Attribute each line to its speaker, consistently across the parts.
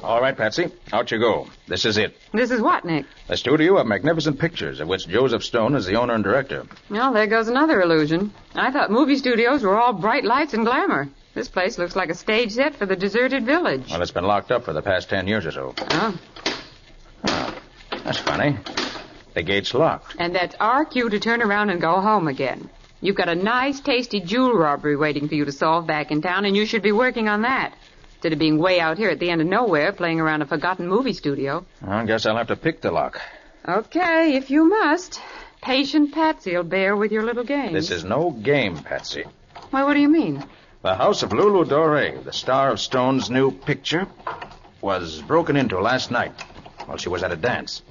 Speaker 1: Patsy. Out you go. This is it.
Speaker 2: This is what, Nick?
Speaker 1: A studio of magnificent pictures, of which Joseph Stone is the owner and director.
Speaker 2: Well, there goes another illusion. I thought movie studios were all bright lights and glamour. This place looks like a stage set for the deserted village.
Speaker 1: Well, it's been locked up for the past ten years or so.
Speaker 2: Oh,
Speaker 1: That's funny. The gate's locked.
Speaker 2: and that's our cue to turn around and go home again. You've got a nice, tasty jewel robbery waiting for you to solve back in town, and you should be working on that. Instead of being way out here at the end of nowhere playing around a forgotten movie studio.
Speaker 1: I guess I'll have to pick the lock.
Speaker 2: Okay, if you must. Patient Patsy'll bear with your little game.
Speaker 1: This is no game, Patsy.
Speaker 2: Why, what do you mean?
Speaker 1: The house of Lulu Dore, the star of Stone's new picture, was broken into last night while she was at a dance.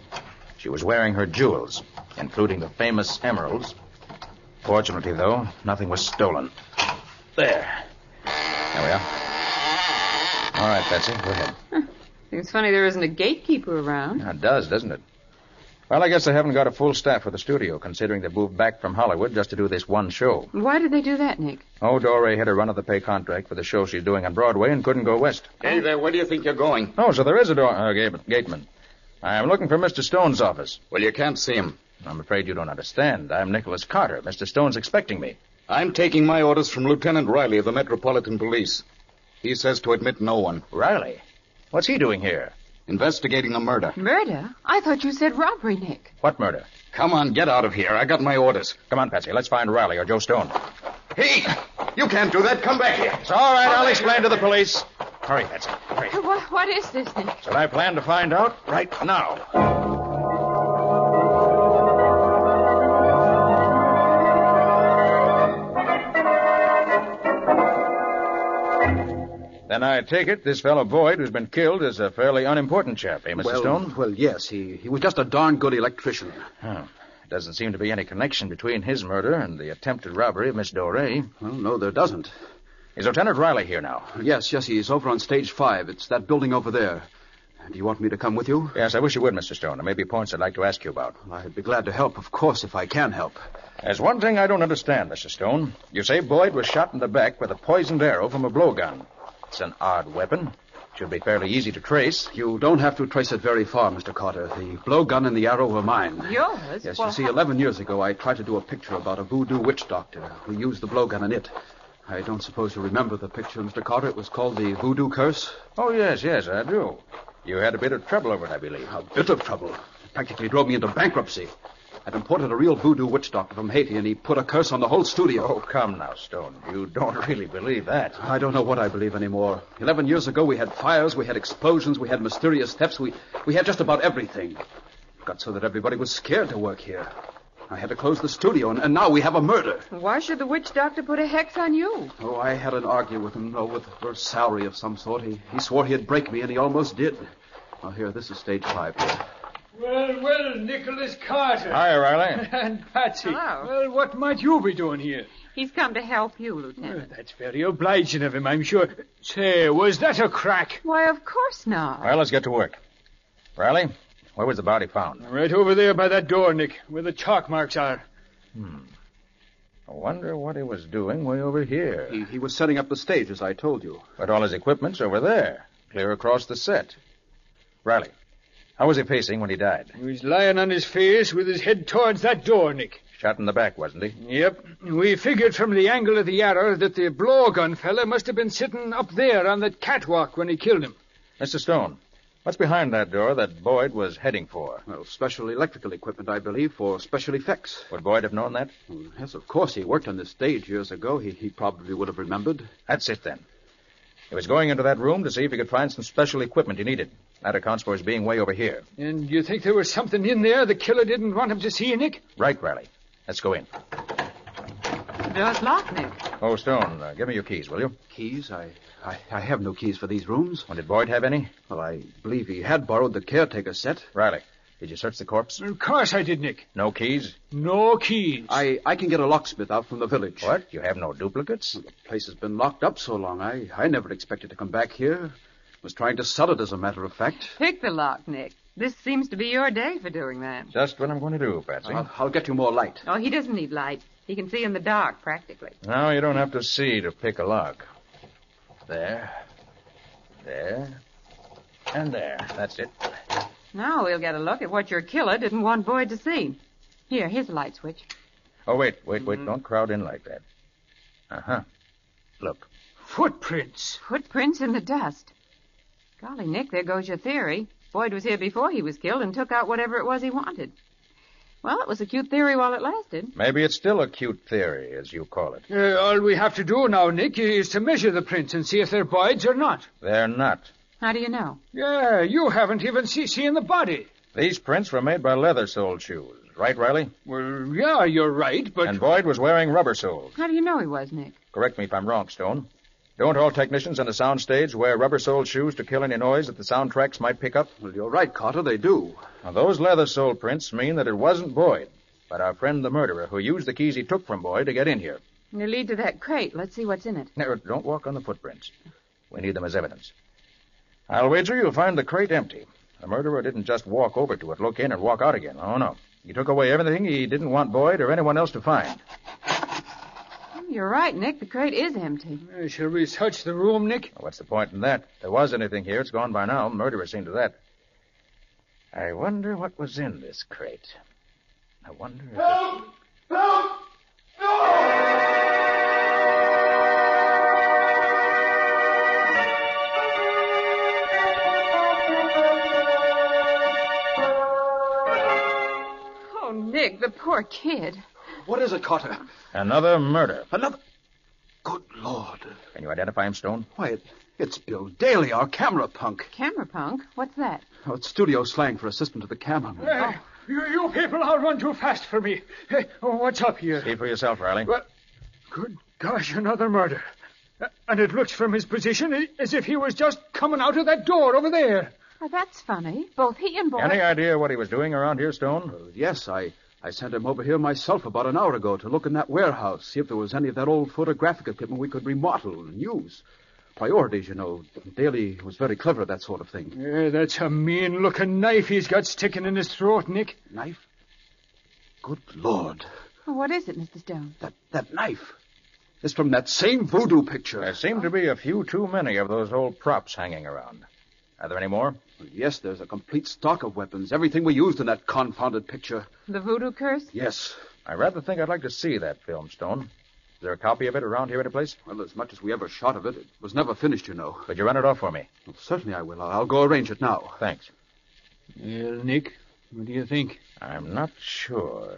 Speaker 1: She was wearing her jewels, including the famous emeralds. Fortunately, though, nothing was stolen. There. There we are. All right, Patsy, go ahead.
Speaker 2: Seems funny there isn't a gatekeeper around.
Speaker 1: It does, doesn't it? Well, I guess they haven't got a full staff for the studio, considering they moved back from Hollywood just to do this one show.
Speaker 2: Why did they do that, Nick?
Speaker 1: Oh, Dore had a run of the pay contract for the show she's doing on Broadway and couldn't go west.
Speaker 3: Hey there, where do you think you're going?
Speaker 1: Oh, so there is a door. Uh, gate- gateman. I'm looking for Mr. Stone's office.
Speaker 3: Well, you can't see him.
Speaker 1: I'm afraid you don't understand. I'm Nicholas Carter. Mr. Stone's expecting me.
Speaker 3: I'm taking my orders from Lieutenant Riley of the Metropolitan Police. He says to admit no one.
Speaker 1: Riley? What's he doing here?
Speaker 3: Investigating a murder.
Speaker 2: Murder? I thought you said robbery, Nick.
Speaker 1: What murder?
Speaker 3: Come on, get out of here. I got my orders.
Speaker 1: Come on, Patsy. Let's find Riley or Joe Stone.
Speaker 3: Hey! You can't do that. Come back here.
Speaker 1: It's all right. I'll explain to the police. Hurry, Patsy. Hurry.
Speaker 2: What, what is this, Nick?
Speaker 1: That's what I plan to find out right now. Then I take it this fellow Boyd, who's been killed, is a fairly unimportant chap, eh, Mr.
Speaker 4: well,
Speaker 1: Stone?
Speaker 4: Well, yes. He, he was just a darn good electrician.
Speaker 1: Huh. Doesn't seem to be any connection between his murder and the attempted robbery of Miss Doré.
Speaker 4: Well, no, there doesn't.
Speaker 1: Is Lieutenant Riley here now?
Speaker 4: Yes, yes, he's over on stage five. It's that building over there. Do you want me to come with you?
Speaker 1: Yes, I wish you would, Mr. Stone. There may be points I'd like to ask you about.
Speaker 4: I'd be glad to help, of course, if I can help.
Speaker 1: There's one thing I don't understand, Mr. Stone. You say Boyd was shot in the back with a poisoned arrow from a blowgun. It's an odd weapon. Should be fairly easy to trace.
Speaker 4: You don't have to trace it very far, Mr. Carter. The blowgun and the arrow were mine.
Speaker 2: Yours?
Speaker 4: Yes,
Speaker 2: Well,
Speaker 4: you see,
Speaker 2: how-
Speaker 4: 11 years ago, I tried to do a picture about a voodoo witch doctor who used the blowgun in it. I don't suppose you remember the picture, Mr. Carter. It was called The Voodoo Curse.
Speaker 1: Oh, yes, yes, I do. You had a bit of trouble over it, I believe.
Speaker 4: A bit of trouble. It practically drove me into bankruptcy. I'd imported a real voodoo witch doctor from Haiti, and he put a curse on the whole
Speaker 1: Oh,
Speaker 4: studio.
Speaker 1: come now, Stone. You don't really believe that.
Speaker 4: I don't know what I believe anymore. Eleven years ago, we had fires, we had explosions, we had mysterious thefts, we, we had just about everything. Got so that everybody was scared to work here. I had to close the studio, and, and now we have a murder.
Speaker 2: Why should the witch doctor put a hex on you?
Speaker 4: Oh, I had an argument with him, oh, with for salary of some sort. He, he swore he'd break me, and he almost did. Now, here, this is stage five.
Speaker 5: Well, well, Nicholas Carter.
Speaker 1: Hi, Riley.
Speaker 5: And Patsy.
Speaker 2: Hello.
Speaker 5: Well, what might you be doing here?
Speaker 2: He's come to help you,
Speaker 5: Well,
Speaker 2: Lieutenant.
Speaker 5: that's very obliging of him, I'm sure. Say, was that a crack?
Speaker 2: Why, of course not.
Speaker 1: Well, let's get to work. Riley, where was the body found?
Speaker 5: Right over there by that door, Nick, where the chalk marks are.
Speaker 1: I wonder what he was doing way over here.
Speaker 4: He, he was setting up the stage, as I told you.
Speaker 1: But all his equipment's over there, clear across the set. Riley, how was he pacing when he died?
Speaker 5: He was lying on his face with his head towards that door, Nick.
Speaker 1: Shot in the back, wasn't he?
Speaker 5: Yep. We figured from the angle of the arrow that the blowgun fella must have been sitting up there on that catwalk when he killed him.
Speaker 1: Mr. Stone, what's behind that door that Boyd was heading for?
Speaker 4: Well, special electrical equipment, I believe, for special effects. Hmm,
Speaker 1: Would Boyd have known that?
Speaker 4: Yes, of course. He worked on this stage years ago. He, he probably would have remembered.
Speaker 1: That's it, then. He was going into that room to see if he could find some special equipment he needed. That accounts for his being way over here.
Speaker 5: And you think there was something in there the killer didn't want him to see, Nick?
Speaker 1: Right, Riley. Let's go in.
Speaker 2: The door's locked, Nick.
Speaker 1: Oh, Stone, uh, give me your keys, will you?
Speaker 4: Keys? I, I, I have no keys for these rooms.
Speaker 1: Well, did Boyd have any?
Speaker 4: Well, I believe he had borrowed the caretaker set.
Speaker 1: Riley, did you search the corpse?
Speaker 5: Of course I did, Nick.
Speaker 1: No keys?
Speaker 5: No keys.
Speaker 4: I, I can get a locksmith out from the village.
Speaker 1: What? You have no duplicates?
Speaker 4: The place has been locked up so long. I, I never expected to come back here. Was trying to sell it, as a matter of fact.
Speaker 2: Pick the lock, Nick. This seems to be your day for doing that.
Speaker 1: Just what I'm going to do, Patsy.
Speaker 4: I'll, I'll get you more light.
Speaker 2: Oh, he doesn't need light. He can see in the dark, practically.
Speaker 1: Now you don't have to see to pick a lock. There. There. And there. That's it.
Speaker 2: Now we'll get a look at what your killer didn't want Boyd to see. Here, here's the light switch.
Speaker 1: Oh, wait, wait, wait. Don't crowd in like that. Uh huh. Look.
Speaker 5: Footprints.
Speaker 2: Footprints in the dust. Golly, Nick, there goes your theory. Boyd was here before he was killed and took out whatever it was he wanted. Well, it was a cute theory while it lasted.
Speaker 1: Maybe it's still a cute theory, as you call it.
Speaker 5: Uh, all we have to do now, Nick, is to measure the prints and see if they're Boyd's or not.
Speaker 1: They're not.
Speaker 2: How do you know?
Speaker 5: Yeah, Uh, you haven't even se- seen the body.
Speaker 1: These prints were made by leather soled shoes. Right, Riley?
Speaker 5: Well, yeah, you're right, but
Speaker 1: And Boyd was wearing rubber soles.
Speaker 2: How do you know he was, Nick?
Speaker 1: Correct me if I'm wrong, Stone. Don't all technicians on the soundstage wear rubber soled shoes to kill any noise that the soundtracks might pick up?
Speaker 4: Well, you're right, Carter. They do.
Speaker 1: Now, those leather sole prints mean that it wasn't Boyd, but our friend the murderer who used the keys he took from Boyd to get in here.
Speaker 2: They lead to that crate. Let's see what's in it.
Speaker 1: Now, don't walk on the footprints. We need them as evidence. I'll wager you'll find the crate empty. The murderer didn't just walk over to it, look in, and walk out again. Oh, no. He took away everything he didn't want Boyd or anyone else to find.
Speaker 2: Oh, You're right, Nick. The crate is empty.
Speaker 5: Uh, shall we search the room, Nick?
Speaker 1: Now, what's the point in that? If there was anything here, it's gone by now. The murderer seen to that. I wonder what was in this crate. I wonder if. it-
Speaker 2: Oh, Nick, the poor kid.
Speaker 4: What is it, Carter?
Speaker 1: Another murder.
Speaker 4: Another. Good Lord.
Speaker 1: Can you identify him, Stone?
Speaker 4: Why, it, it's Bill Daly, our camera punk.
Speaker 2: Camera punk? What's that?
Speaker 4: Oh, it's studio slang for assistant to the cameraman.
Speaker 5: Uh, you, you people are run too fast for me. Uh, oh, what's up here?
Speaker 1: See for yourself, Riley.
Speaker 5: Well, good gosh, another murder. Uh, and it looks from his position i- as if he was just coming out of that door over there.
Speaker 2: Why, that's funny. Both he and Boyd.
Speaker 1: Any idea what he was doing around here, Stone?
Speaker 4: Uh, Yes, I, I sent him over here myself about an hour ago to look in that warehouse, see if there was any of that old photographic equipment we could remodel and use. Priorities, you know. Daly was very clever at that sort of thing.
Speaker 5: Yeah, Uh, that's a mean looking knife he's got sticking in his throat, Nick.
Speaker 4: Knife? Good Lord.
Speaker 2: Oh, What is it, Mr. Stone?
Speaker 4: That, that knife is from that same voodoo picture.
Speaker 1: There seem to be a few too many of those old props hanging around. Are there any more?
Speaker 4: Yes, there's a complete stock of weapons, everything we used in that confounded picture.
Speaker 2: The voodoo curse?
Speaker 4: Yes.
Speaker 1: I rather think I'd like to see that film, Stone. Is there a copy of it around here anyplace?
Speaker 4: Well, as much as we ever shot of it, it was never finished, you know.
Speaker 1: Could you run it off for me?
Speaker 4: Well, certainly I will. I'll, I'll go arrange it now.
Speaker 1: Thanks.
Speaker 5: Well, Uh, Nick, what do you think?
Speaker 1: I'm not sure.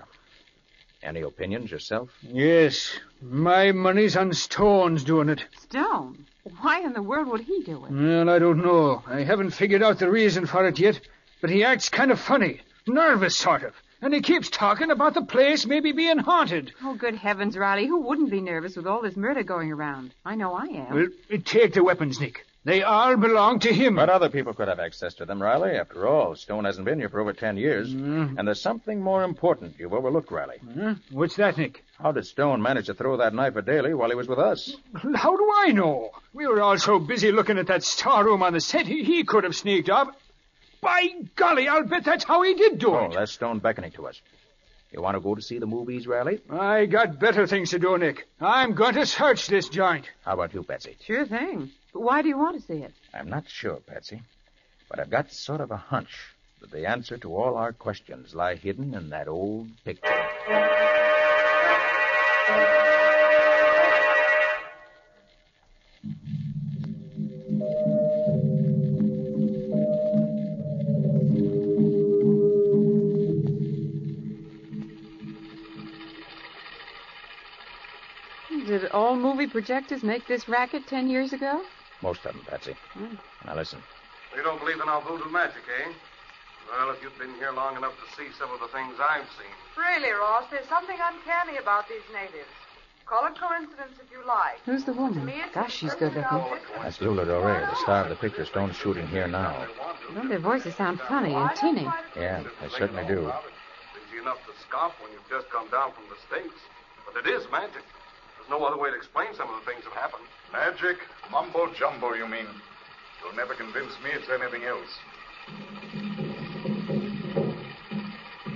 Speaker 1: Any opinions yourself?
Speaker 5: Yes, my money's on Stone's doing it.
Speaker 2: Stone? Why in the world would he do it?
Speaker 5: Well, I don't know. I haven't figured out the reason for it yet, but he acts kind of funny, nervous sort of, and he keeps talking about the place maybe being haunted.
Speaker 2: Oh, good heavens, Riley. Who wouldn't be nervous with all this murder going around? I know I am.
Speaker 5: Well, take the weapons, Nick. They all belong to him.
Speaker 1: But other people could have access to them, Riley. After all, Stone hasn't been here for over ten years. And there's something more important you've overlooked, Riley.
Speaker 5: Huh? Mm-hmm. What's that, Nick?
Speaker 1: How did Stone manage to throw that knife at Daly while he was with us?
Speaker 5: How do I know? We were all so busy looking at that storeroom on the set, he, he could have sneaked up. By golly, I'll bet that's how he did do
Speaker 1: Oh,
Speaker 5: it.
Speaker 1: that's Stone beckoning to us. You want to go to see the movies, Riley?
Speaker 5: I got better things to do, Nick. I'm going to search this joint.
Speaker 1: How about you, Patsy?
Speaker 2: Sure thing. But why do you want to see it?
Speaker 1: I'm not sure, Patsy, but I've got sort of a hunch that the answer to all our questions lie hidden in that old picture.
Speaker 2: Did all movie projectors make this racket ten years ago?
Speaker 1: Most of them, Patsy. Now listen.
Speaker 6: You don't believe in our voodoo magic, eh? Well, if you've been here long enough to see some of the things I've seen.
Speaker 7: Really, Ross, there's something uncanny about these natives. Call it coincidence if you like.
Speaker 2: Who's the woman? Gosh, she's good looking.
Speaker 1: That's Lula Dore, the star of the picture Stone's shooting here now.
Speaker 2: Well, their voices sound funny and tinny.
Speaker 1: Yeah, they certainly do.
Speaker 6: It's easy enough to scoff when you've just come down from the States. But it is magic. There's no other way to explain some of the things that happened.
Speaker 8: Magic? Mumbo jumbo, you mean? You'll never convince me it's anything else.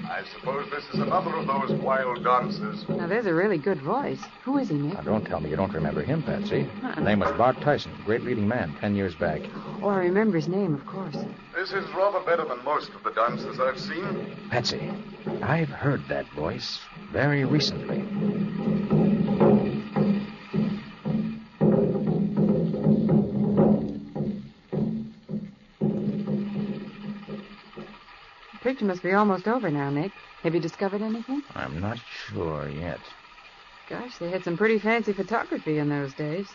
Speaker 8: I suppose this is another of those wild dances.
Speaker 2: Now, there's a really good voice. Who is he, Nick?
Speaker 1: Now, don't tell me you don't remember him, Patsy. His name was Bart Tyson, great leading man, ten years back.
Speaker 2: Oh, I remember his name, of course.
Speaker 8: This is rather better than most of the dances I've seen.
Speaker 1: Patsy, I've heard that voice very recently.
Speaker 2: The picture must be almost over now, Nick. Have you discovered anything?
Speaker 1: I'm not sure yet.
Speaker 2: Gosh, they had some pretty fancy photography in those days.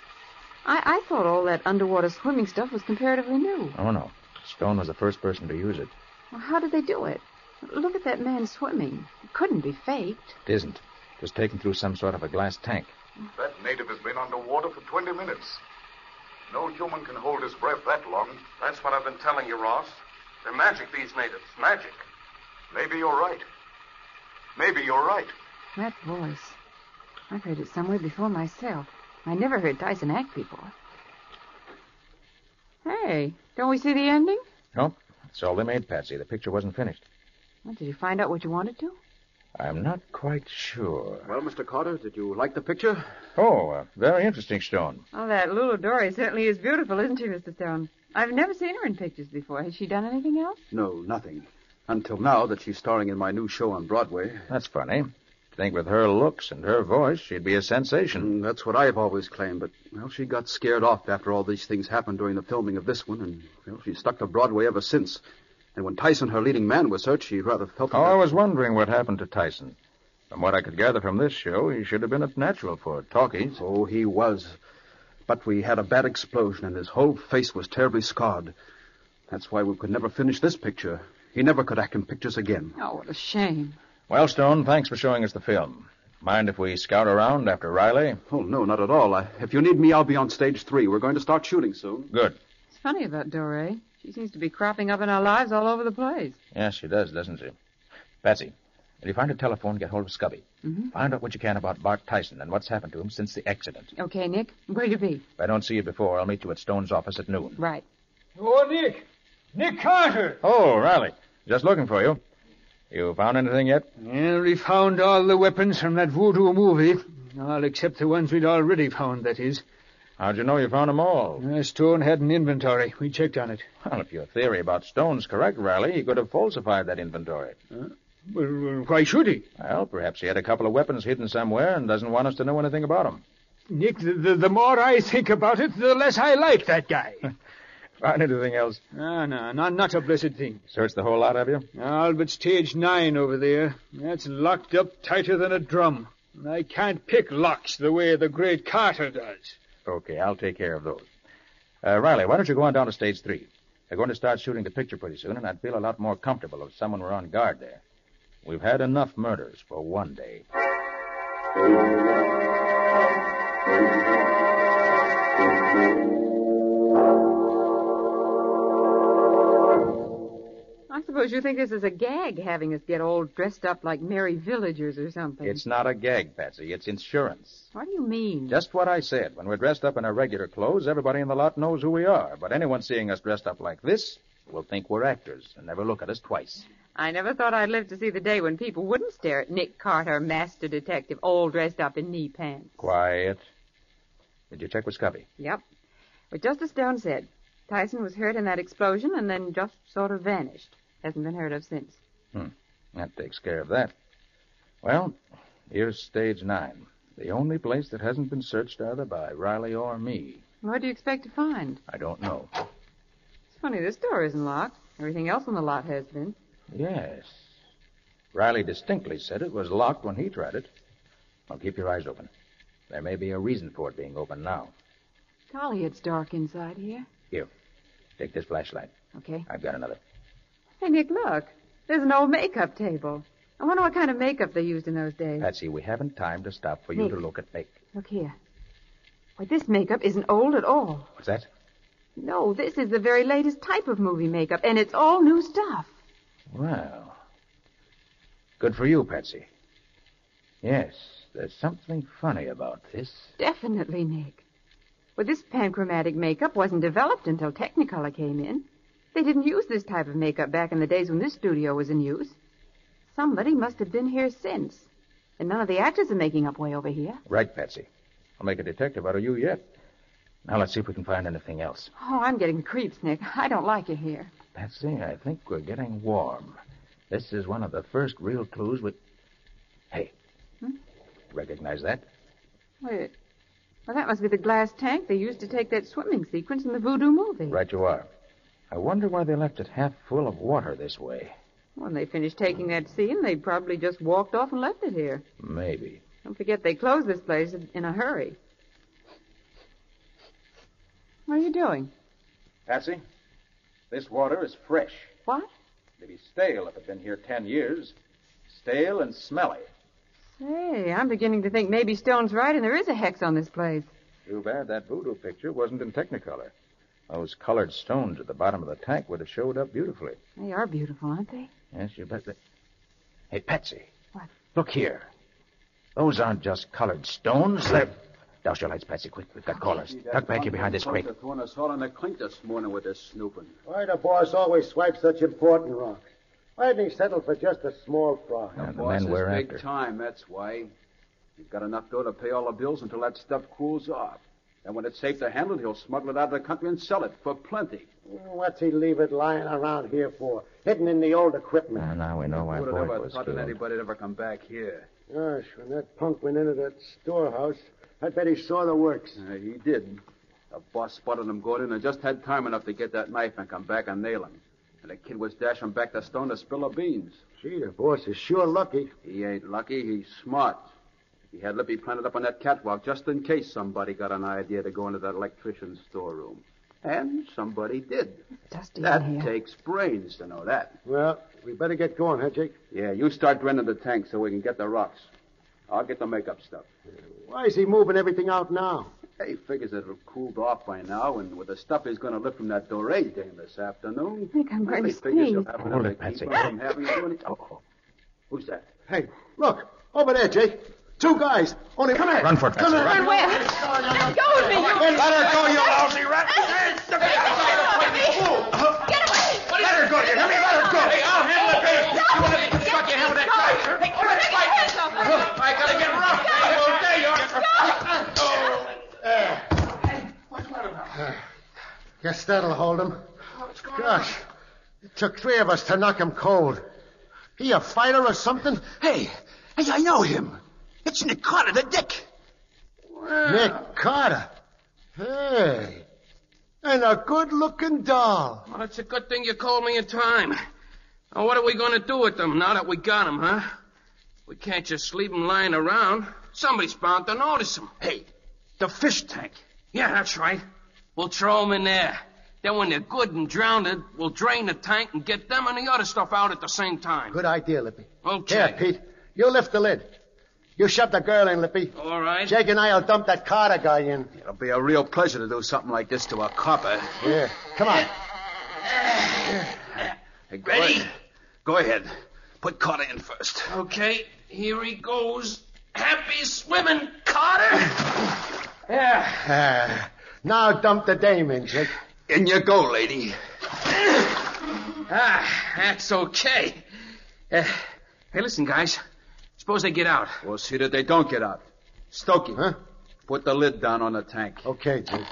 Speaker 2: I, I thought all that underwater swimming stuff was comparatively new.
Speaker 1: Oh, no. Stone was the first person to use it.
Speaker 2: Well, how did they do it? Look at that man swimming. It couldn't be faked.
Speaker 1: It isn't. It was taken through some sort of a glass tank.
Speaker 8: That native has been underwater for 20 minutes. No human can hold his breath that long.
Speaker 6: That's what I've been telling you, Ross. They're magic, these natives. Magic.
Speaker 8: Maybe you're right. Maybe you're right.
Speaker 2: That voice. I've heard it somewhere before myself. I never heard Tyson act before. Hey, don't we see the ending?
Speaker 1: Nope. That's all they made, Patsy. The picture wasn't finished.
Speaker 2: Well, did you find out what you wanted to?
Speaker 1: I'm not quite sure.
Speaker 4: Well, Mr. Carter, did you like the picture?
Speaker 1: Oh, uh, very interesting, Stone.
Speaker 2: Oh, that Lulu Dory certainly is beautiful, isn't she, Mr. Stone? I've never seen her in pictures before. Has she done anything else?
Speaker 4: No, nothing. Until now that she's starring in my new show on Broadway.
Speaker 1: That's funny. To think with her looks and her voice, she'd be a sensation.
Speaker 4: And Mm, that's what I've always claimed, but, well, she got scared off after all these things happened during the filming of this one, and, well, she's stuck to Broadway ever since. And when Tyson, her leading man, was hurt, she rather felt.
Speaker 1: Oh, I was wondering what happened to Tyson. From what I could gather from this show, he should have been a natural for talkies.
Speaker 4: Oh, he was. But we had a bad explosion, and his whole face was terribly scarred. That's why we could never finish this picture. He never could act in pictures again.
Speaker 2: Oh, what a shame.
Speaker 1: Well, Stone, thanks for showing us the film. Mind if we scout around after Riley?
Speaker 4: Oh, no, not at all. I, if you need me, I'll be on stage three. We're going to start shooting soon.
Speaker 1: Good.
Speaker 2: It's funny about Doré. She seems to be cropping up in our lives all over the place.
Speaker 1: Yes, she does, doesn't she? Patsy, if you find a telephone, get hold of Scubby.
Speaker 2: Mm-hmm.
Speaker 1: Find out what you can about Bart Tyson and what's happened to him since the accident.
Speaker 2: Okay, Nick, where you be?
Speaker 1: If I don't see you before, I'll meet you at Stone's office at noon.
Speaker 2: Right.
Speaker 5: Oh, Nick! Nick Carter!
Speaker 1: Oh, Riley, just looking for you. You found anything yet?
Speaker 5: Yeah, we found all the weapons from that voodoo movie. All except the ones we'd already found, that is.
Speaker 1: How'd you know you found them all?
Speaker 5: Uh, Stone had an inventory. We checked on it.
Speaker 1: Well, if your theory about Stone's correct, Riley, he could have falsified that inventory.
Speaker 5: Well, why should he?
Speaker 1: Well, perhaps he had a couple of weapons hidden somewhere and doesn't want us to know anything about them.
Speaker 5: Nick, the, the, the more I think about it, the less I like that guy.
Speaker 1: Find anything else?
Speaker 5: ah, no, no, not a blessed thing.
Speaker 1: Search the whole lot, have you?
Speaker 5: All but stage nine over there. That's locked up tighter than a drum. And I can't pick locks the way the great Carter does.
Speaker 1: Okay, I'll take care of those. Uh, Riley, why don't you go on down to stage three? They're going to start shooting the picture pretty soon, and I'd feel a lot more comfortable if someone were on guard there. We've had enough murders for one day.
Speaker 2: I suppose you think this is a gag, having us get all dressed up like merry villagers or something.
Speaker 1: It's not a gag, Patsy. It's insurance.
Speaker 2: What do you mean?
Speaker 1: Just what I said. When we're dressed up in our regular clothes, everybody in the lot knows who we are. But anyone seeing us dressed up like this will think we're actors and never look at us twice.
Speaker 2: I never thought I'd live to see the day when people wouldn't stare at Nick Carter, master detective, all dressed up in knee pants.
Speaker 1: Quiet. Did you check with Scubby?
Speaker 2: Yep. But just as Stone said, Tyson was hurt in that explosion and then just sort of vanished. Hasn't been heard of since.
Speaker 1: Hmm. That takes care of that. Well, here's stage nine. The only place that hasn't been searched either by Riley or me.
Speaker 2: What do you expect to find?
Speaker 1: I don't know.
Speaker 2: It's funny, this door isn't locked. Everything else on the lot has been.
Speaker 1: Yes. Riley distinctly said it was locked when he tried it. Well, keep your eyes open. There may be a reason for it being open now.
Speaker 2: Golly, it's dark inside here.
Speaker 1: Take this flashlight.
Speaker 2: Okay.
Speaker 1: I've got another.
Speaker 2: Hey, Nick, look. There's an old makeup table. I wonder what kind of makeup they used in those days.
Speaker 1: Patsy, we haven't time to stop for you
Speaker 2: Nick.
Speaker 1: to look at make.
Speaker 2: Look here. Why, this makeup isn't old at all.
Speaker 1: What's that?
Speaker 2: No, this is the very latest type of movie makeup, and it's all new stuff.
Speaker 1: Well, good for you, Patsy. Yes, there's something funny about this.
Speaker 2: Definitely, Nick. Well, this panchromatic makeup wasn't developed until Technicolor came in. They didn't use this type of makeup back in the days when this studio was in use. Somebody must have been here since. And none of the actors are making up way over here.
Speaker 1: Right, Patsy. I'll make a detective out of you yet. Now let's see if we can find anything else.
Speaker 2: Oh, I'm getting the creeps, Nick. I don't like it here.
Speaker 1: Patsy, I think we're getting warm. This is one of the first real clues we. Hey. Recognize that?
Speaker 2: Wait. Well, that must be the glass tank they used to take that swimming sequence in the voodoo movie.
Speaker 1: Right, you are. I wonder why they left it half full of water this way.
Speaker 2: When they finished taking that scene, they probably just walked off and left it here.
Speaker 1: Maybe.
Speaker 2: Don't forget they closed this place in- in a hurry. What are you doing?
Speaker 4: Patsy, this water is fresh.
Speaker 2: What?
Speaker 4: It'd be stale if it'd been here ten years. Stale and smelly.
Speaker 2: Say, I'm beginning to think maybe Stone's right and there is a hex on this place.
Speaker 1: Too bad that voodoo picture wasn't in Technicolor. Those colored stones at the bottom of the tank would have showed up beautifully.
Speaker 2: They are beautiful, aren't they?
Speaker 1: Yes, you bet. They... Hey, Patsy.
Speaker 2: What?
Speaker 1: Look here. Those aren't just colored stones. They're. Douse your lights, Patsy, quick. We've
Speaker 4: Oh,
Speaker 1: got callers. Duck back here behind this crate.
Speaker 4: They're throwing us all in the clink this morning with this snooping.
Speaker 9: Why do boss always swipe such important rock? Why didn't he settle for just a small fry?
Speaker 1: Yeah, the
Speaker 4: Boss
Speaker 1: men
Speaker 4: is
Speaker 1: we're
Speaker 4: big
Speaker 1: after.
Speaker 4: time, that's why. You've got enough dough to pay all the bills until that stuff cools off. And when it's safe to handle it, he'll smuggle it out of the country and sell it for plenty.
Speaker 9: What's he leave it lying around here for? Hidden in the old equipment.
Speaker 1: Now, Ah, now we know why
Speaker 4: Who
Speaker 1: Boyd
Speaker 4: would have ever
Speaker 1: was
Speaker 4: thought that
Speaker 1: killed.
Speaker 4: anybody'd ever come back here?
Speaker 9: Gosh, when that punk went into that storehouse, I bet he saw the works.
Speaker 4: Uh, he did. The boss spotted him, Gordon, and just had time enough to get that knife and come back and nail him. And the kid was dashing back the stone to spill the beans.
Speaker 9: Gee, the boss is sure lucky.
Speaker 4: He ain't lucky. He's smart. He had Lippy planted up on that catwalk just in case somebody got an idea to go into that electrician's storeroom. And somebody did.
Speaker 2: Dusty
Speaker 4: That
Speaker 2: in here.
Speaker 4: takes brains to know that.
Speaker 9: Well, we better get going, huh, Jake?
Speaker 4: Yeah, you start running the tank so we can get the rocks. I'll get the makeup stuff.
Speaker 9: Why is he moving everything out now?
Speaker 4: Hey, figures it'll have cooled off by now, and with the stuff he's going to lift from that Doré dame this afternoon,
Speaker 2: Nick, I'm going
Speaker 4: really
Speaker 2: to
Speaker 4: figures you'll
Speaker 2: sneeze.
Speaker 4: have enough
Speaker 1: Hold it,
Speaker 4: to keep
Speaker 1: Patsy.
Speaker 4: him from having to do any-
Speaker 1: Oh,
Speaker 4: Who's that?
Speaker 9: Hey, look, over there, Jake. Two guys. Only come here.
Speaker 1: Run for it, Patsy.
Speaker 9: here.
Speaker 1: Run.
Speaker 2: Where? Let go of me, you...
Speaker 1: Let her go, you lousy rat! Let her go, you hear me? Let her go! Hey, I'll handle it, baby! You want to be fucking hell with that guy?
Speaker 2: Take your hands off me.
Speaker 1: I gotta get rough! Oh, there you are!
Speaker 9: Guess Uh, that'll hold him. Gosh, it took three of us to knock him cold. He a fighter or something?
Speaker 10: Hey, hey, I know him. It's Nick Carter, the dick.
Speaker 9: Nick Carter. Hey. And a good looking doll.
Speaker 10: Well, it's a good thing you called me in time. Now, what are we going to do with them now that we got them, huh? We can't just leave them lying around. Somebody's bound to notice them. Hey, the fish tank. Yeah, that's right. We'll throw them in there. Then when they're good and drowned, we'll drain the tank and get them and the other stuff out at the same time.
Speaker 9: Good idea, Lippy.
Speaker 10: Okay.
Speaker 9: Here, Pete. You lift the lid. You shove the girl in, Lippy.
Speaker 10: All right.
Speaker 9: Jake and I'll dump that Carter guy in.
Speaker 4: It'll be a real pleasure to do something like this to a copper.
Speaker 9: Yeah. Come on.
Speaker 4: Hey, go
Speaker 10: Ready?
Speaker 4: ahead. Go ahead. Put Carter in first.
Speaker 10: Okay, here he goes. Happy swimming, Carter! Yeah.
Speaker 9: Ah, now dump the dame in, Jake.
Speaker 4: In you go, lady.
Speaker 10: Ah, that's okay. Uh, hey, listen, guys. Suppose they get out.
Speaker 4: We'll see that they don't get out. Stokey,
Speaker 9: Huh?
Speaker 4: put the lid down on the tank.
Speaker 9: Okay, Jake.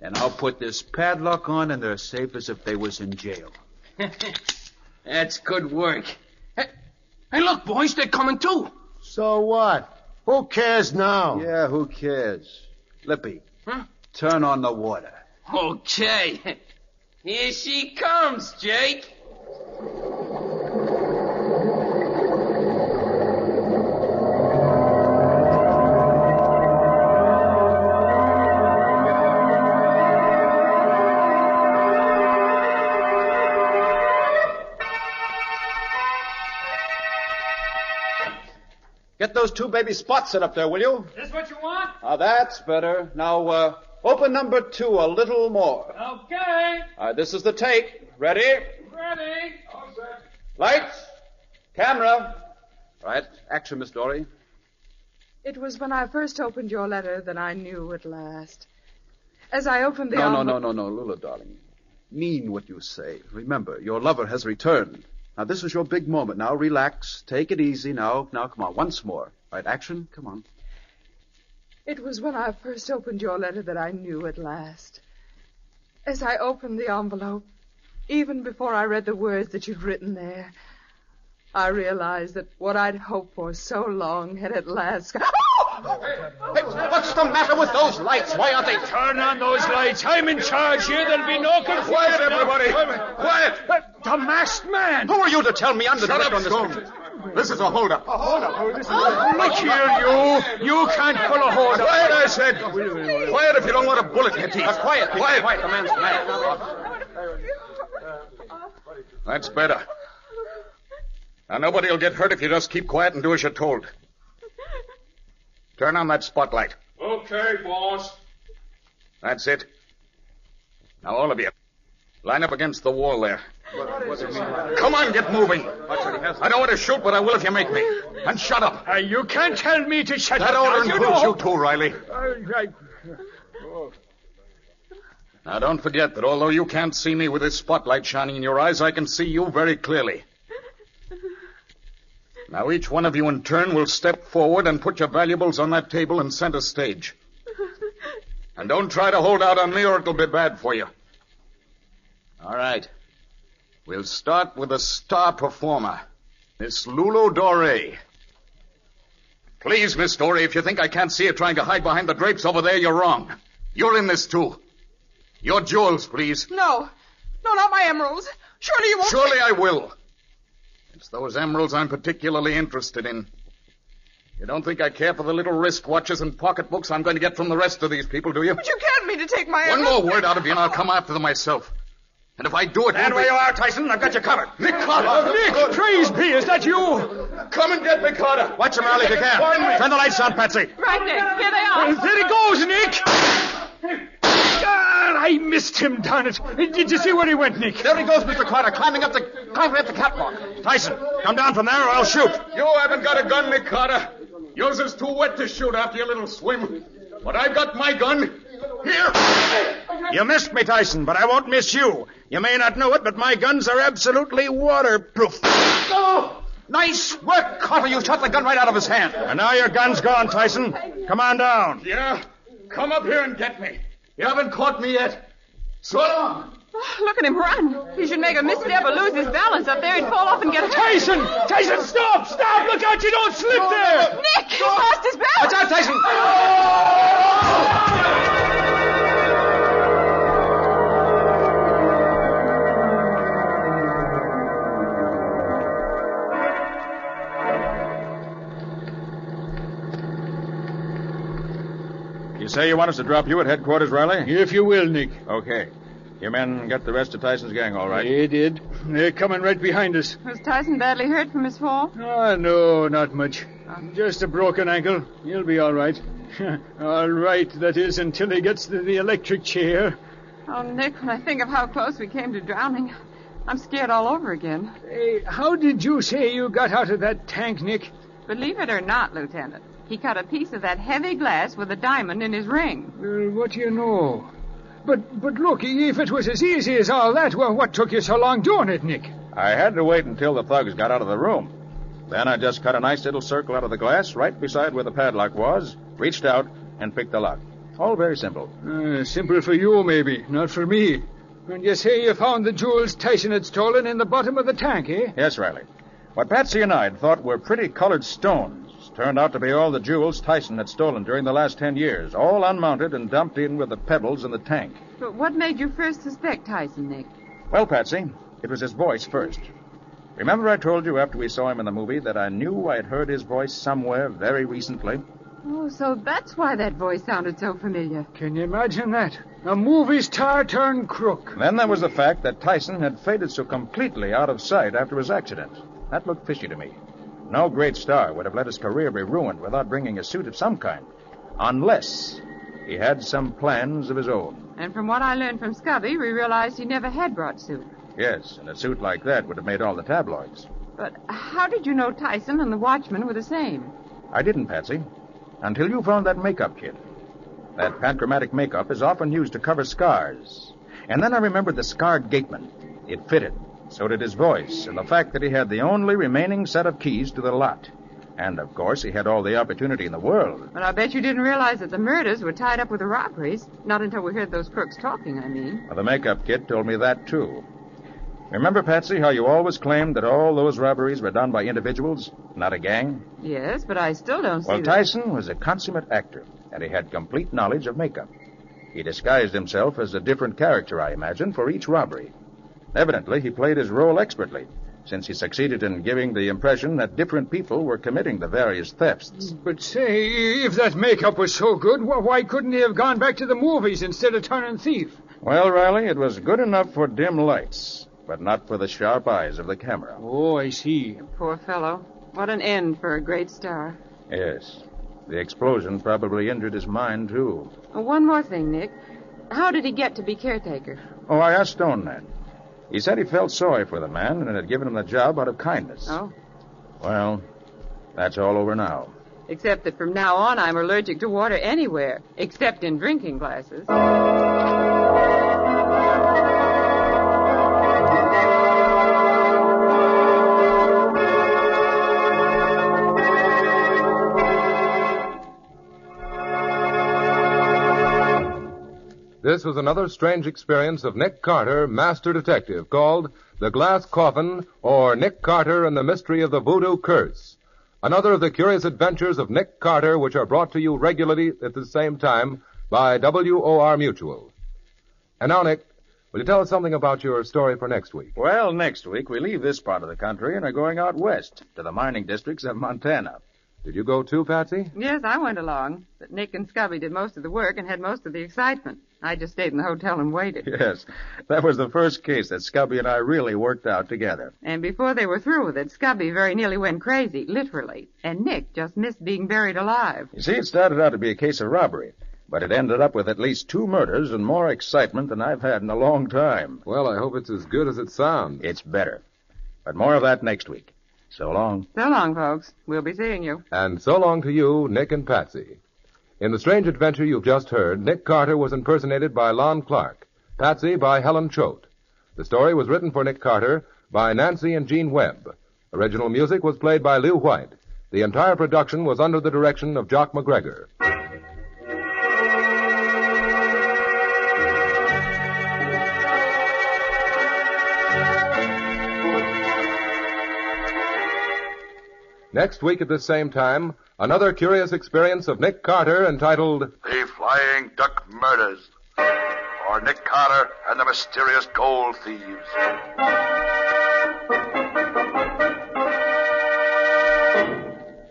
Speaker 4: And I'll put this padlock on, and they're safe as if they was in jail.
Speaker 10: That's good work. Hey, hey, look, boys, they're coming too.
Speaker 9: So what? Who cares now?
Speaker 4: Yeah, who cares? Lippy,
Speaker 10: Huh?
Speaker 4: turn on the water.
Speaker 10: Okay. Here she comes, Jake.
Speaker 4: Get those two baby spots set up there, will you?
Speaker 5: Is this what you want?
Speaker 4: Ah, that's better. Now, uh, open number two a little more.
Speaker 5: Okay.
Speaker 4: All right, this is the take. Ready?
Speaker 5: Ready. All set.
Speaker 4: Lights. Camera. All right, action, Miss Dory.
Speaker 7: It was when I first opened your letter that I knew at last. As I opened the
Speaker 4: No, no,
Speaker 7: envelope-
Speaker 4: no, no, no, Lula, darling. Mean what you say. Remember, your lover has returned. Now, this is your big moment. Now, relax. Take it easy. Now, now, come on. Once more. All right, action. Come on.
Speaker 7: It was when I first opened your letter that I knew at last. As I opened the envelope, even before I read the words that you'd written there, I realized that what I'd hoped for so long had at last.
Speaker 11: Hey, what's the matter with those lights? Why aren't they
Speaker 5: Turn on those lights. I'm in charge here. There'll be no confusion.
Speaker 11: Quiet, everybody.
Speaker 5: Quiet. The masked man.
Speaker 11: Who are you to tell me I'm the
Speaker 5: Shut
Speaker 11: director
Speaker 5: up,
Speaker 11: on this
Speaker 5: Stone.
Speaker 11: picture?
Speaker 5: This is a holdup.
Speaker 11: A holdup?
Speaker 5: Oh, this is a- Look here, you. You can't pull a holdup.
Speaker 11: Quiet, I said.
Speaker 5: Quiet if you don't want a bullet in your teeth.
Speaker 11: quiet, people,
Speaker 5: Quiet.
Speaker 11: quiet. The man's mad.
Speaker 3: That's better. Now, nobody will get hurt if you just keep quiet and do as you're told. Turn on that spotlight.
Speaker 6: Okay, boss.
Speaker 3: That's it. Now, all of you, line up against the wall there. Come on, get moving. I don't want to shoot, but I will if you make me. And shut up.
Speaker 5: you can't tell me to shut
Speaker 3: that
Speaker 5: up.
Speaker 3: order
Speaker 5: Now, you
Speaker 3: includes
Speaker 5: know-
Speaker 3: you too, Riley.
Speaker 5: I- I-
Speaker 3: Now, don't forget that although you can't see me with this spotlight shining in your eyes, I can see you very clearly. Now, each one of you in turn will step forward and put your valuables on that table in center stage. And don't try to hold out on me or it'll be bad for you. All right. We'll start with a star performer, Miss Lulo Dore. Please, Miss Dore, if you think I can't see you trying to hide behind the drapes over there, you're wrong. You're in this too. Your jewels, please.
Speaker 7: No. No, not my emeralds. Surely you won't.
Speaker 3: Surely I will. It's those emeralds I'm particularly interested in. You don't think I care for the little wristwatches and pocketbooks I'm going to get from the rest of these people, do you?
Speaker 7: But you can't mean to take my
Speaker 3: One
Speaker 7: emeralds.
Speaker 3: more word out of you and I'll come after them myself. And if I do it...
Speaker 11: Stand
Speaker 3: won't
Speaker 11: where
Speaker 3: be-
Speaker 11: you are, Tyson. I've got you covered.
Speaker 3: Nick Carter!
Speaker 11: Nick,
Speaker 5: praise be, is that you?
Speaker 11: Come and get me, Carter. Watch him, Riley, if you can. Turn the lights on, Patsy.
Speaker 2: Right, Nick. Here they
Speaker 5: Well,
Speaker 2: are.
Speaker 5: there he goes, Nick. Ah, I missed him, darn it. Did you see where he went, Nick?
Speaker 11: There he goes, Mr. Carter, climbing up the climbing up the catwalk. Tyson, come down from there or I'll shoot.
Speaker 3: You haven't got a gun, Nick Carter. Yours is too wet to shoot after your little swim. But I've got my gun. Here!
Speaker 11: You missed me, Tyson, but I won't miss you. You may not know it, but my guns are absolutely waterproof.
Speaker 3: Oh!
Speaker 11: Nice work, Carter. You shot the gun right out of his hand. And now your gun's gone, Tyson. Come on down.
Speaker 3: Yeah? Come up here and get me. You haven't caught me yet. So long!
Speaker 2: Oh, Look at him run. He should make a misstep or lose his balance up there. He'd fall off and get hurt.
Speaker 5: Tyson! Tyson, stop! Stop! Look out! You don't slip there!
Speaker 2: Nick! He lost his balance!
Speaker 11: Watch out, Tyson.
Speaker 1: You say you want us to drop you at headquarters, Riley?
Speaker 5: If you will, Nick.
Speaker 1: Okay. You men got the rest of Tyson's gang all right.
Speaker 5: They did. They're coming right behind us.
Speaker 2: Was Tyson badly hurt from his fall?
Speaker 5: Ah, no, not much. Just a broken ankle. He'll be all right. all right, that is, until he gets to the electric chair.
Speaker 2: Oh, Nick, when I think of how close we came to drowning, I'm scared all over again.
Speaker 5: Hey, how did you say you got out of that tank, Nick?
Speaker 2: Believe it or not, Lieutenant, he cut a piece of that heavy glass with a diamond in his ring.
Speaker 5: Well, what do you know? But but look, if it was as easy as all that, well, what took you so long doing it, Nick?
Speaker 1: I had to wait until the thugs got out of the room. Then I just cut a nice little circle out of the glass right beside where the padlock was, reached out, and picked the lock. All very simple.
Speaker 5: Uh, simple for you, maybe, not for me. And you say you found the jewels Tyson had stolen in the bottom of the tank, eh?
Speaker 1: Yes, Riley. What Patsy and I had thought were pretty colored stones turned out to be all the jewels Tyson had stolen during the last ten years, all unmounted and dumped in with the pebbles in the tank.
Speaker 2: But what made you first suspect Tyson, Nick?
Speaker 1: Well, Patsy, it was his voice first. Remember I told you after we saw him in the movie that I knew I'd heard his voice somewhere very recently?
Speaker 2: Oh, so that's why that voice sounded so familiar.
Speaker 5: Can you imagine that? A movie star turned crook.
Speaker 1: Then there was the fact that Tyson had faded so completely out of sight after his accident. That looked fishy to me. No great star would have let his career be ruined without bringing a suit of some kind, unless he had some plans of his own.
Speaker 2: And from what I learned from Scubby, we realized he never had brought suit.
Speaker 1: Yes, and a suit like that would have made all the tabloids.
Speaker 2: But how did you know Tyson and the watchman were the same?
Speaker 1: I didn't, Patsy, until you found that makeup kit. That panchromatic makeup is often used to cover scars. And then I remembered the scarred gateman. It fitted. So did his voice, and the fact that he had the only remaining set of keys to the lot. And, of course, he had all the opportunity in the world.
Speaker 2: But I bet you didn't realize that the murders were tied up with the robberies. Not until we heard those crooks talking, I mean.
Speaker 1: Well, the makeup kit told me that, too. Remember, Patsy, how you always claimed that all those robberies were done by individuals, not a gang?
Speaker 2: Yes, but I still don't see.
Speaker 1: Well,
Speaker 2: that-
Speaker 1: Tyson was a consummate actor, and he had complete knowledge of makeup. He disguised himself as a different character, I imagine, for each robbery. Evidently, he played his role expertly, since he succeeded in giving the impression that different people were committing the various thefts.
Speaker 5: But say, if that makeup was so good, wh- why couldn't he have gone back to the movies instead of turning thief?
Speaker 1: Well, Riley, it was good enough for dim lights, but not for the sharp eyes of the camera.
Speaker 5: Oh, I see.
Speaker 2: Poor fellow. What an end for a great star.
Speaker 1: Yes. The explosion probably injured his mind, too.
Speaker 2: One more thing, Nick. How did he get to be caretaker?
Speaker 1: Oh, I asked Stone that. He said he felt sorry for the man and had given him the job out of kindness.
Speaker 2: Oh.
Speaker 1: Well, that's all over now.
Speaker 2: Except that from now on, I'm allergic to water anywhere, except in drinking glasses.
Speaker 12: This was another strange experience of Nick Carter, Master Detective, called The Glass Coffin or Nick Carter and the Mystery of the Voodoo Curse. Another of the curious adventures of Nick Carter, which are brought to you regularly at the same time by WOR Mutual. And now, Nick, will you tell us something about your story for next week?
Speaker 1: Well, next week we leave this part of the country and are going out west to the mining districts of Montana.
Speaker 12: Did you go too, Patsy?
Speaker 2: Yes, I went along, but Nick and Scubby did most of the work and had most of the excitement. I just stayed in the hotel and waited.
Speaker 1: Yes. That was the first case that Scubby and I really worked out together.
Speaker 2: And before they were through with it, Scubby very nearly went crazy, literally. And Nick just missed being buried alive.
Speaker 1: You see, it started out to be a case of robbery, but it ended up with at least two murders and more excitement than I've had in a long time.
Speaker 12: Well, I hope it's as good as it sounds.
Speaker 1: It's better. But more of that next week. So long.
Speaker 2: So long, folks. We'll be seeing you.
Speaker 12: And so long to you, Nick and Patsy. In the strange adventure you've just heard, Nick Carter was impersonated by Lon Clark, Patsy by Helen Choate. The story was written for Nick Carter by Nancy and Gene Webb. Original music was played by Lou White. The entire production was under the direction of Jock McGregor. Next week at this same time, another curious experience of Nick Carter entitled
Speaker 8: The Flying Duck Murders. Or Nick Carter and the Mysterious Gold Thieves.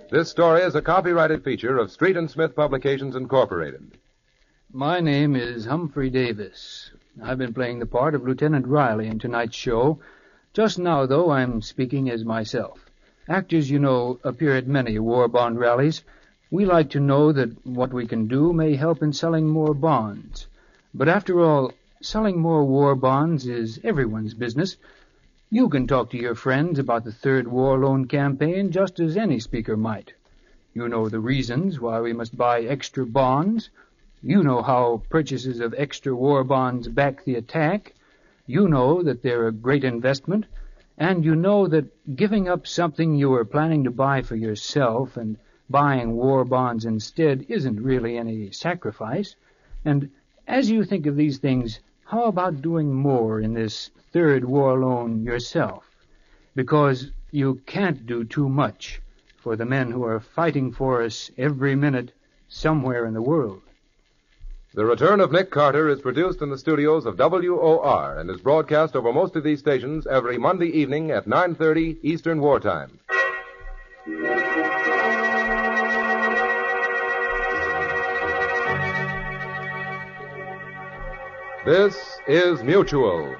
Speaker 12: This Story is a copyrighted feature of Street and Smith Publications Incorporated.
Speaker 13: My name is Humphrey Davis. I've been playing the part of Lieutenant Riley in tonight's show. Just now, though, I'm speaking as myself. Actors, you know, appear at many war bond rallies. We like to know that what we can do may help in selling more bonds. But after all, selling more war bonds is everyone's business. You can talk to your friends about the Third War Loan Campaign just as any speaker might. You know the reasons why we must buy extra bonds. You know how purchases of extra war bonds back the attack. You know that they're a great investment. And you know that giving up something you were planning to buy for yourself and buying war bonds instead isn't really any sacrifice. And as you think of these things, how about doing more in this third war loan yourself? Because you can't do too much for the men who are fighting for us every minute somewhere in the world.
Speaker 12: The Return of Nick Carter is produced in the studios of WOR and is broadcast over most of these stations every Monday evening at 9:30 Eastern Wartime. This is Mutual.